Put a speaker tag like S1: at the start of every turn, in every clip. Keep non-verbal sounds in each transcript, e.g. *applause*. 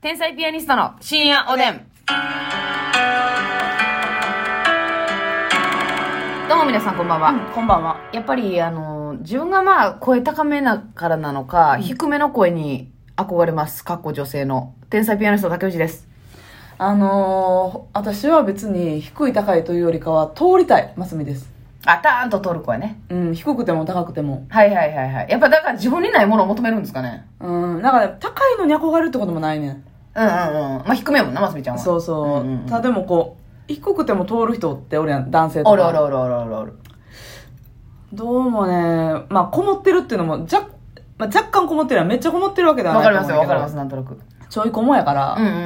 S1: 天才ピアニストの深夜おでん。どうも皆さんこんばんは。
S2: こんばんは。
S1: やっぱり、あの、自分がまあ、声高めなからなのか、低めの声に憧れます。かっこ女性の。天才ピアニスト竹内です。
S2: あのー、私は別に低い高いというよりかは通りたい、ますみです。
S1: あ、ターンと取る声ね。
S2: うん、低くても高くても。
S1: はいはいはいはい。やっぱだから自分にないものを求めるんですかね。
S2: うん、なんかね、高いのに憧れるってこともないねん。
S1: うんうんうん。まあ低めやもんな、ますみちゃんは。
S2: そうそう。
S1: んんん
S2: ただでもこう、低くても通る人っておるやん、男性とか。
S1: おるおるおるおるおるおる。
S2: どうもね、まあ、こもってるっていうのも、じゃ、まあ、若干こもってるやん。めっちゃこもってるわけでは
S1: わ
S2: ない
S1: かりますよ、
S2: と
S1: わ
S2: 思
S1: か
S2: う
S1: り
S2: んや
S1: ま
S2: け
S1: す、なんとなく。
S2: どちょいこもやから、
S1: うんうんうんう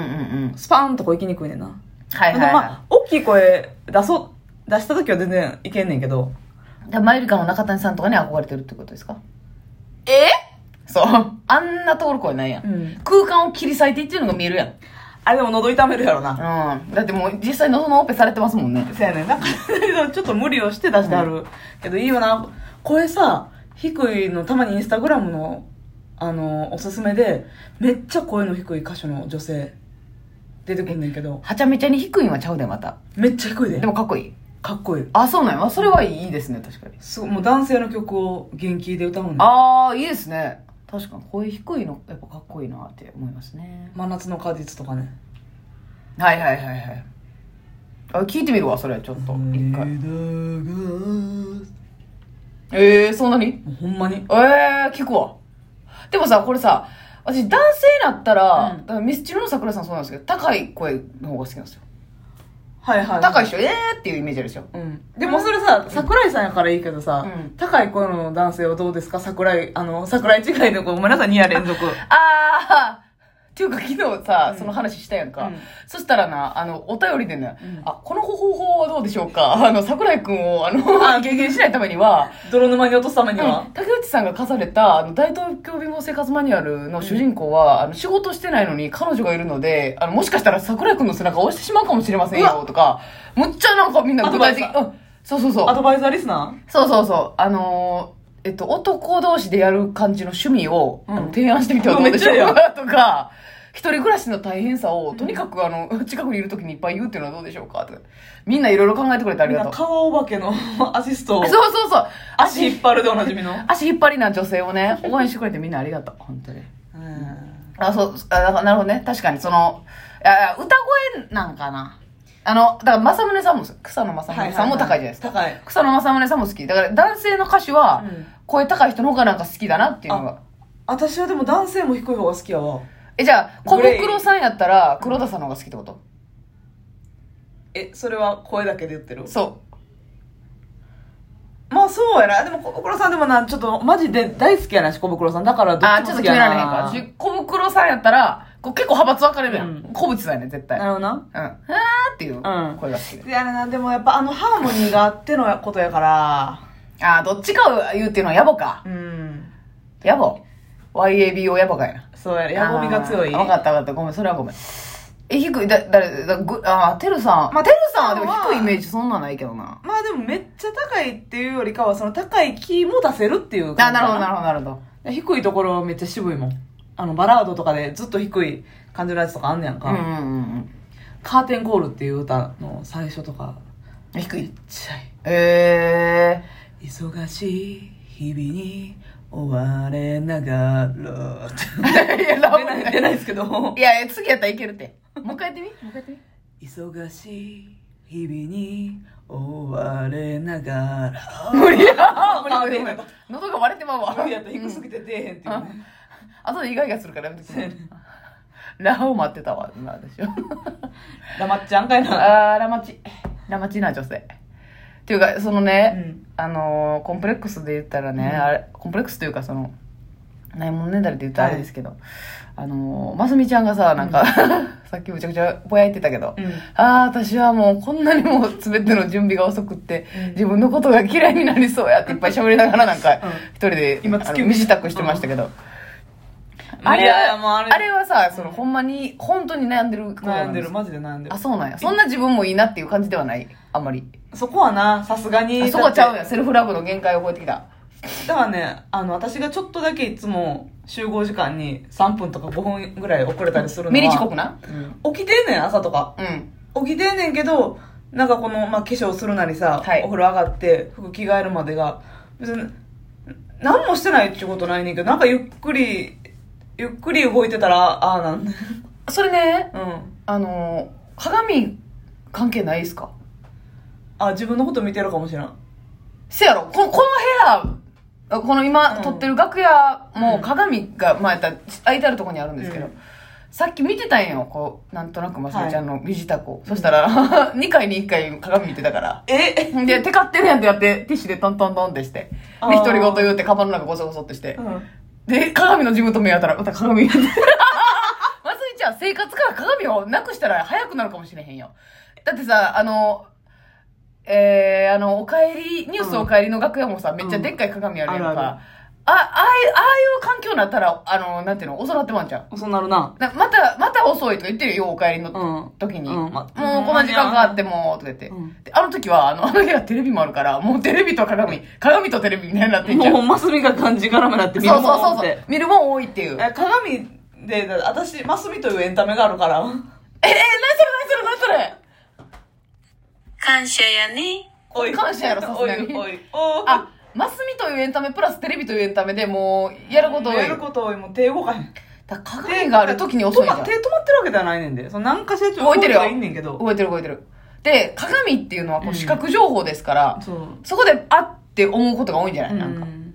S1: ん。
S2: スパーンとこう行きにくいねんな。
S1: はいはい、
S2: で
S1: は
S2: も
S1: い。
S2: まあ、大きい声出そう、出した時は全然いけんねんけど。
S1: だからマユリカの中谷さんとかに憧れてるってことですか
S2: え
S1: そう。あんな通る声ないやん,、
S2: うん
S1: 空間を切り裂いていってるのが見えるやん。
S2: あれでも喉痛めるやろな。
S1: うん。だってもう実際喉のオペされてますもんね。
S2: そうやねんだからちょっと無理をして出してある、けどいいよなこれさ低いのたまにインスタグラムのあのおすすめでめっちゃ声の低い歌手の女性出てくんねんけど
S1: はちゃめちゃに低いんはちゃうで、また。
S2: めっちゃ低いで
S1: でもかっこいい。
S2: かっこいい
S1: あ、そうなんや。それはいいですね、確かに。
S2: そうもう男性の曲を元気で歌うねん
S1: あー、いいですね。確かに、声低いの、やっぱかっこいいなって思いますね。
S2: 真夏の果実とかね
S1: はいはいはいはい。あ、聞いてみるわ、それ、ちょっと。一回。
S2: も
S1: えー、そんなに
S2: うほんまに
S1: ええー、聞くわ。でもさ、これさ、私男性だったら、
S2: うん
S1: だからミスチルの桜さんそうなんですけど、高い声の方が好きなんですよ。
S2: はいはい
S1: 高い人、えーっていうイメージあるでしょ。
S2: うん、でもそれさ桜井さんやからいいけどさ、
S1: うん
S2: 高い声の男性はどうですか桜井あの桜井違いでごめんなさい2夜連続
S1: あーっていうか昨日さ、その話したやんか、
S2: うん
S1: そしたらな、あの、お便りでね、
S2: うん
S1: あ、この方法はどうでしょうかあの、桜井くんを、あの、 *laughs*
S2: あ
S1: 激減しないためには、
S2: *laughs* 泥沼に落とすために
S1: う
S2: は
S1: ん、竹内さんが課された、あの、大東京貧乏生活マニュアルの主人公は、あの、仕事してないのに彼女がいるので、あの、もしかしたら桜井くんの背中を押してしまうかもしれません
S2: う
S1: よ、とか、むっちゃなんかみんな具体的、
S2: アドバイザ
S1: うん、そうそうそ
S2: ア
S1: う。
S2: ドバイザーリスナ
S1: そうそうそう。あのーえっと、男同士でやる感じの趣味を、
S2: うん
S1: あの提案してみてはどうでしょ
S2: めっちゃ
S1: うか、とか、一人暮らしの大変さを、とにかくあの、近くにいる時にいっぱい言うっていうのはどうでしょうかとか、みんないろいろ考えてくれてあ
S2: ーみ
S1: り
S2: ん
S1: がと
S2: な
S1: う。
S2: 川お化けの *laughs* アシストを
S1: そうそうそう。
S2: 足引っ張るでおなじみの
S1: 足引っ張りな女性をね、応援してくれてみんなありがとう。本当に。
S2: うん
S1: あ、そう、あなるほどね。確かに、その、いや歌声なんかな。あの、だから、正宗さんも、草野正宗さんも高いじゃないですか。
S2: 高い
S1: 草野正宗さんも好き。だから、男性の歌手は
S2: うん、
S1: 声高い人の方がなんか好きだなっていうのが。
S2: 私はでも男性も低い方が好きやわ
S1: え、じゃあ、小
S2: グレイ
S1: 袋さんやったら、黒田さんの方が好きってこと
S2: えそれは声だけで言ってる
S1: そ
S2: まあそうやなでも小袋さんでもなちょっとマジで大好きやなし小袋さんだから
S1: う。
S2: どっ
S1: あ
S2: ち
S1: ー、ちょ
S2: も
S1: っと
S2: 好
S1: 決
S2: きや
S1: められへん
S2: な
S1: から。じ小袋さんやったら、こう結構派閥分かれるや
S2: うん
S1: ん。小渕さんやね、絶対。う。
S2: なんるほどな
S1: あーっていう声が好きで。
S2: やなでもやっぱあのハーモニーがあってのことやから
S1: あー、どっちかを言うっていうのは野暮か。
S2: うん
S1: 野暮 ?YAB を野暮かやな。
S2: そうややぼみが強い
S1: 分かった分かったごめんそれはごめんえ低いだ誰だぐあーてるさんま
S2: ま
S1: あ
S2: あ
S1: てるさんはで
S2: てる
S1: も
S2: さんは
S1: 低いイメージそんなんないけどな
S2: まあでもめっちゃ高いっていうよりかはその高いキーも出せるっていう
S1: あ
S2: 感じ
S1: なるほどな
S2: る
S1: るほどなるほど
S2: 低いところめっちゃ渋いもんあのバラードとかでずっと低い感じのやつとかあんねやんか、
S1: うんうんうん
S2: カーテンコールっていう歌の最初とか
S1: うん低い
S2: ちゃい
S1: え
S2: 忙しい日々に追われながら
S1: *laughs* ー、いやラブ
S2: 出ない出ないですけど
S1: いや次やったらいけるってもう一回やってみもう一回やってみ
S2: 忙しい日々に追われなが *laughs* ら
S1: 無理や
S2: 無理無理無理
S1: 喉が割れてまうわ
S2: 無理やった低すぎて出えへんっていうね
S1: あとで意外がするからやめてく
S2: そうや
S1: れ
S2: ね
S1: ラを待ってたわ今私は
S2: 黙っちゃんかいな
S1: あーラマチラマチな女性っていうかそのね、
S2: うん
S1: あのーコンプレックスで言ったらね、
S2: うん
S1: あれコンプレックスというかそのないもんねだりで言ったらあれですけど、あのーますみちゃんがさなんか、 *laughs* さっきむちゃくちゃぼやいてたけど、
S2: うん
S1: ああ私はもうこんなにも全ての準備が遅くって、
S2: うん
S1: 自分のことが嫌いになりそうやっていっぱい喋りながらなんか、
S2: うん
S1: 一人で
S2: 今
S1: あ
S2: 突き
S1: の身支度してましたけど、あ
S2: あ
S1: れ
S2: れ
S1: は
S2: は、もうあれ
S1: あれはさそのほんまに本当に悩んでる子な
S2: 悩ん
S1: んで
S2: でする、マジで悩んでる
S1: あ。そうなんやそんな自分もいいなっていう感じではないあんまり
S2: そこはな、さすがに。
S1: あそこはちゃう
S2: だ
S1: や
S2: っ
S1: セルフラブの限界を超えてきた
S2: てだからね、あの、私がちょっとだけいつも集合時間に3分とか5分ぐらい遅れたりするのは。
S1: メリ遅刻なうん、
S2: 起きてんねん、朝とか。
S1: うん、
S2: 起きてんねんけど、なんかこの、まあ、化粧するなりさ、
S1: はい
S2: お風呂上がって服着替えるまでが、別に、何もしてないってことないねんけど、なんかゆっくり、ゆっくり動いてたら、ああなんねん。
S1: それね
S2: うん。
S1: あの鏡関係ないですか
S2: あ、自分のこと見てるかもしれん。
S1: せやろここの部屋あこの今
S2: うん
S1: 撮ってる楽屋も
S2: うん
S1: 鏡が、まあ、やったら空いてあるとこにあるんですけど、
S2: うん
S1: さっき見てたんよこうなんとなくまさみちゃんの身支度を、そしたら2回に1回鏡見てたから
S2: え *laughs*
S1: でテカってるやんってやってティッシュでトントントンってして
S2: あ
S1: で
S2: ー
S1: 独り言言ってカバンの中ゴソゴソってして、
S2: うん。
S1: で鏡の自分と目合ったらまた鏡見 *laughs* てまつりちゃん生活から鏡をなくしたら早くなるかもしれへんよだってさあのえー、あの、おかえり、ニュースおかえりの楽屋もさ、めっちゃでっかい鏡あるやんか。
S2: うんあるある
S1: ああ、あいう、ああいう環境になったら、あの、なんていうの、遅なってまんじゃん。
S2: そうなるな。
S1: なまた、また遅いとか言ってるよ、おかえりの
S2: うん。
S1: 時に。
S2: うん
S1: も
S2: ま
S1: うこんな時間があっても、とか言って。
S2: うん
S1: であの時は、あの、あの部屋テレビもあるから、もうテレビと鏡、鏡とテレビみたいになってんじゃん。
S2: もう、マスミが感じ絡めなって
S1: そう
S2: 見る
S1: そ
S2: も
S1: うんそう
S2: っ
S1: そ
S2: て
S1: う。。見るもん多いっていう。
S2: え鏡で、だ私、マスミというエンタメがあるから。
S1: え、え、何それ何それ何それ
S3: 感謝やね。
S2: おい
S1: 感謝やろさすがに
S2: おい、おい、おい。
S1: あ、マスミというエンタメプラステレビというエンタメでもう、やること多い。
S2: やること多い。もう手動かへん。
S1: だから鏡がある時に遅いん
S2: 手
S1: だ
S2: 止ま手止まってるわけではないねんで。その何かしらちょっと
S1: 動いてるよ
S2: 動いんねんけど。
S1: 覚えてる覚えてる。で、鏡っていうのはこう視覚情報ですから、
S2: そう。
S1: そこであって思うことが多いんじゃない、なん
S2: う
S1: か。
S2: ん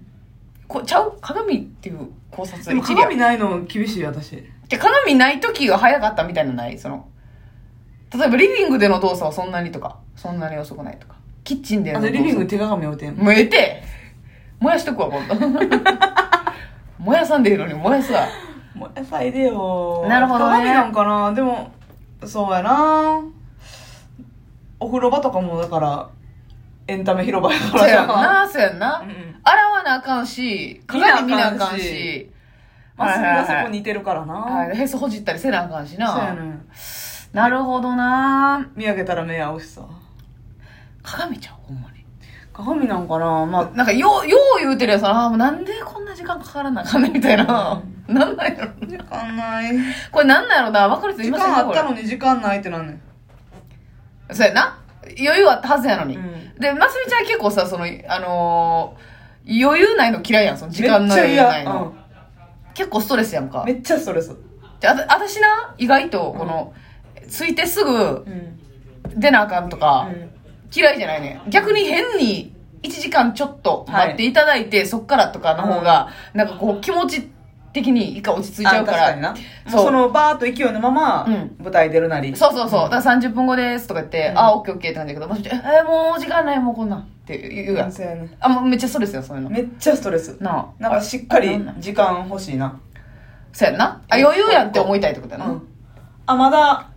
S1: こうちゃう鏡っていう考察
S2: でも
S1: 一理あ
S2: 鏡
S1: る。
S2: ないの厳しい私。
S1: で鏡ない時が早かったみたいなのないその、例えばリビングでの動作はそんなにとか、そんなに遅くないとか。キッチンで
S2: あ
S1: の
S2: と
S1: 動作
S2: リビングに手鏡置いてんの。
S1: 燃えて燃やしとくわ今
S2: *laughs*
S1: 度燃やさんでいいのに燃やすわ
S2: もう野菜でよ。
S1: なるほどね
S2: 鏡なんかな。でも、そうやな。お風呂場とかもだから、エンタメ広場やか
S1: そう
S2: ら
S1: やん
S2: さ。
S1: なそうやんな、
S2: うんうん
S1: 洗わなあかんし鏡見なあかんし
S2: マスミが
S1: はいはいはい
S2: そこにいてるから
S1: は
S2: な。
S1: いへそほじったりせなあかんし
S2: そう
S1: な、
S2: やね。
S1: なるほどな
S2: 見上げたら目合うしさ。
S1: 鏡ちゃうほんまに
S2: 鏡なんかな。まあ、
S1: なんかようよう言うてるやつはあーもうなんでこんな時間かからなあかんねんみたいな、なんなんやろ
S2: 時間ない。
S1: これなんなんやろな分かる人い
S2: 時
S1: ませんか
S2: 間あ
S1: こ
S2: っ
S1: れ
S2: たのに時間ないってなんねん。
S1: そうやな余裕あったはずやのに、
S2: うん
S1: でますみちゃんは結構さそのあのー余裕ないの嫌いやんその時間の余裕ないの、
S2: めっちゃ
S1: 結構ストレスやん
S2: 嫌
S1: か
S2: うんめっちゃストレス。
S1: であた私な意外とこの、ついてすぐ
S2: うん。
S1: 出なあかんとか、
S2: うん
S1: 嫌いじゃないね逆に変に1時間ちょっと待っていただいて、そっからとかの方が、なんかこう気持ち的に一回落ち着いちゃうか
S2: あ確かに
S1: らそう
S2: な。もうそのバーッと勢いのまま、
S1: うん
S2: 舞台出るなり。
S1: そうそうそう、だから30分後ですとか言って、
S2: うん
S1: あオッケーオッケーって感じだけど、ますみちゃんえーもう時間ないもうこんなんって言うやん、
S2: そうやね
S1: あもうめっちゃストレスやんそういうの
S2: めっちゃストレス。
S1: なあ
S2: なんかしっか
S1: あな
S2: り
S1: んなん
S2: 時間欲しいな。
S1: そうやんなあ余裕やんって思いたいってことやな、
S2: うんあ、まだ、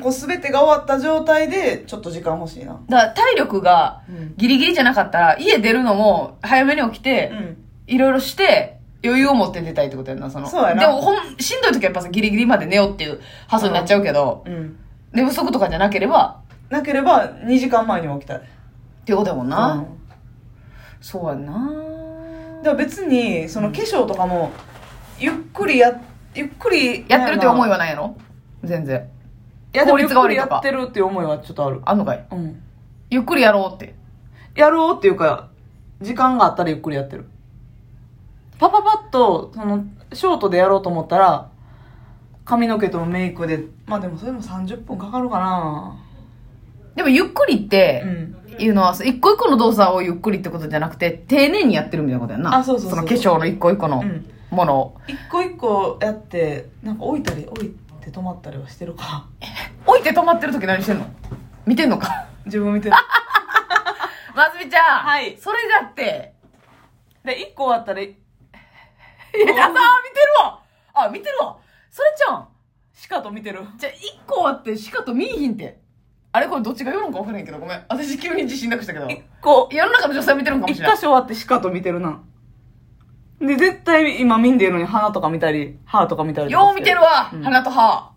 S2: こう全てが終わった状態で、ちょっと時間欲しいな。
S1: だから体力が
S2: うん
S1: ギリギリじゃなかったら、家出るのも早めに起きて、
S2: うん。
S1: いろいろして、余裕を持って出たいってことやんな、その。
S2: そうやな
S1: でも、ほん、しんどい時はやっぱさ、ギリギリまで寝ようっていう発想になっちゃうけど、
S2: うん。
S1: 寝不足とかじゃなければ、
S2: なければ、2時間前には起きたい。
S1: っていうことやもんな。
S2: うん
S1: そうやんな
S2: だから別にその化粧とかもゆっくりやゆっくり
S1: やってるって思い
S2: は
S1: はないやろ全然。
S2: いやでも
S1: 効率が悪いとか
S2: ゆっくりやってるっていう思いはちょっとある
S1: あんのかい
S2: うん
S1: ゆっくりやろうって。
S2: やろうっていうか時間があったらゆっくりやってるパパパッとそのショートでやろうと思ったら髪の毛とメイクでまあでもそれも30分かかるかな
S1: でも、ゆっくりって、
S2: うん
S1: いうのは、一個一個の動作をゆっくりってことじゃなくて、丁寧にやってるみたいなことやんな。
S2: あそうそうそう
S1: の化粧の一個一個の
S2: うん
S1: ものを。
S2: 一個一個やってなんか置いたり置いて止まったりはしてるか
S1: 置いて止まってる時何してんの見てんの
S2: *laughs*
S1: か。
S2: 自分見てる
S1: ますみちゃん。
S2: はい
S1: それだって。
S2: で一個終わったらし
S1: いや、さあ、見てるわあ、見てるわそれじゃん
S2: かと見てる
S1: じゃあ、一個あって、しかと見いひんて。あれこれどっちが世のか分からへんけど、ごめん。私急に自信なくしたけど。
S2: 一個
S1: 世の中の女性は見てるんかも
S2: 一
S1: しれない
S2: 箇。所終わってしかと見てるな。で、絶対今見んでるのに鼻とか見たり、歯とか見たりとか
S1: よう
S2: し
S1: 見てるわ、
S2: うん
S1: 鼻と歯。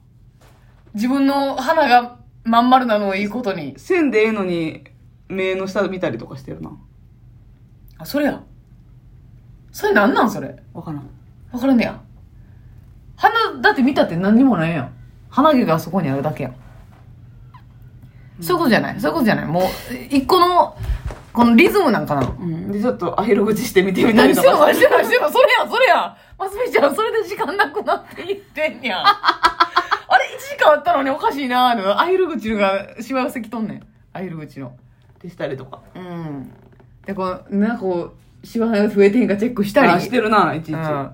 S1: 自分の鼻がまん丸なのをいいことに。
S2: 線でええのに、目の下見たりとかしてるな。
S1: あ、それや。それなんなんそれ。
S2: わからん。
S1: わからんねや。鼻、だって見たって何にもないやん。鼻毛があそこにあるだけやん。そういうことじゃないそういうことじゃないもう、一個の、このリズムなんかな
S2: うん。で、ちょっとアヒル口してみてみた
S1: 何
S2: りと
S1: してんの
S2: か
S1: 何してんの何してんのそれやんそれやんますみちゃん、それで時間なくなっていってん
S2: *laughs*
S1: やん。あれ、1時間あったのにおかしいなぁ。アイル口がしわ寄せきとんねん。アイル口の。
S2: ってしたりとか。
S1: うん。で、こう、なんかこう、シワが増えてへんかチェックしたり。
S2: あしてるな、いちいち。
S1: うん
S2: あ、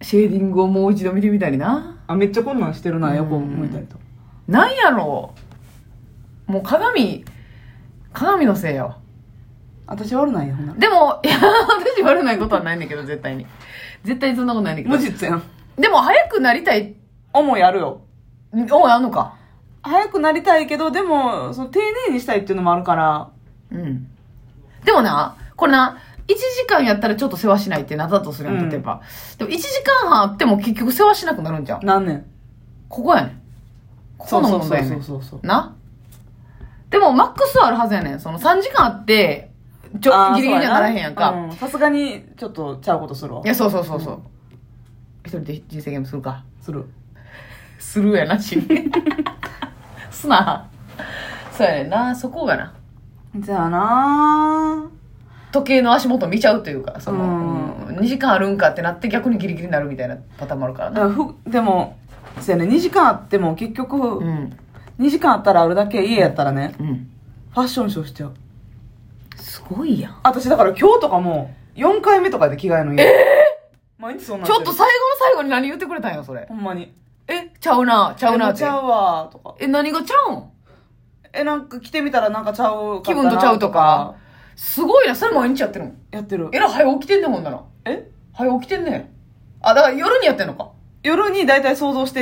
S1: シェーディングをもう一度見てみたりな。
S2: めっちゃこんなんしてるな、
S1: うん
S2: 横向いたりとか。
S1: なんやろう。もう鏡、鏡のせいよ。
S2: 私悪ないよ、ほんなら。
S1: でも、いや、私悪ないことはないんだけど、絶対に。絶対そんなことないんだけ
S2: 無
S1: ど。
S2: 実やん。
S1: でも、早くなりたい、
S2: 思いあるよ。
S1: おあんのか。
S2: 早くなりたいけど、でも、その丁寧にしたいっていうのもあるから、
S1: うん。でもな、これな、1時間やったらちょっと世話しないってなったとするや、
S2: うんん
S1: 例えば。でも、1時間半あっても結局世話しなくなるんじゃん。
S2: 何年
S1: ここやねん。ここの問題やね
S2: そ
S1: ん
S2: う。そうそうそう。
S1: なでも、マックスはあるはずやねん。その3時間あって、ちょ、ギリギリにはならへんやんか。
S2: あー。そうなうさすがに、ちょっとちゃうことするわ
S1: い。や、そうそうそうそう。一人で人生ゲームするか。
S2: する。
S1: する
S2: *laughs*
S1: やなし。すな。そうやねんな。そこがな。
S2: じゃあな
S1: 時計の足元見ちゃうというか、その、
S2: うん
S1: うん2時間あるんかってなって逆にギリギリになるみたいなパターンもあるから
S2: ー
S1: な。
S2: だからふでも、そうやね、2時間あっても結局、
S1: うん。
S2: 2時間あったらあるだけ家やったらね、
S1: うん。
S2: ファッションショーしちゃう。
S1: すごいやん。
S2: 私だから今日とかも、4回目とかで着替えの家。えぇ毎日そんなん
S1: ち
S2: て
S1: ょっ
S2: る
S1: と最後の最後に何言ってくれたんよ、それ。
S2: ほんまに。
S1: え、ちゃうな、ちゃうなっ
S2: でも
S1: て
S2: ち。ゃうわとか。
S1: え、何がちゃうん
S2: え、なんか着てみたらなんかちゃうか
S1: 気
S2: ったな
S1: 分とちゃうとか。。すごいな、それ毎日やってるもん。
S2: やってる。
S1: えら、早起きてんねん、ほんなら。
S2: え
S1: 早起きてんねん。あ、だから夜にやってんのか。
S2: 夜に大体想像して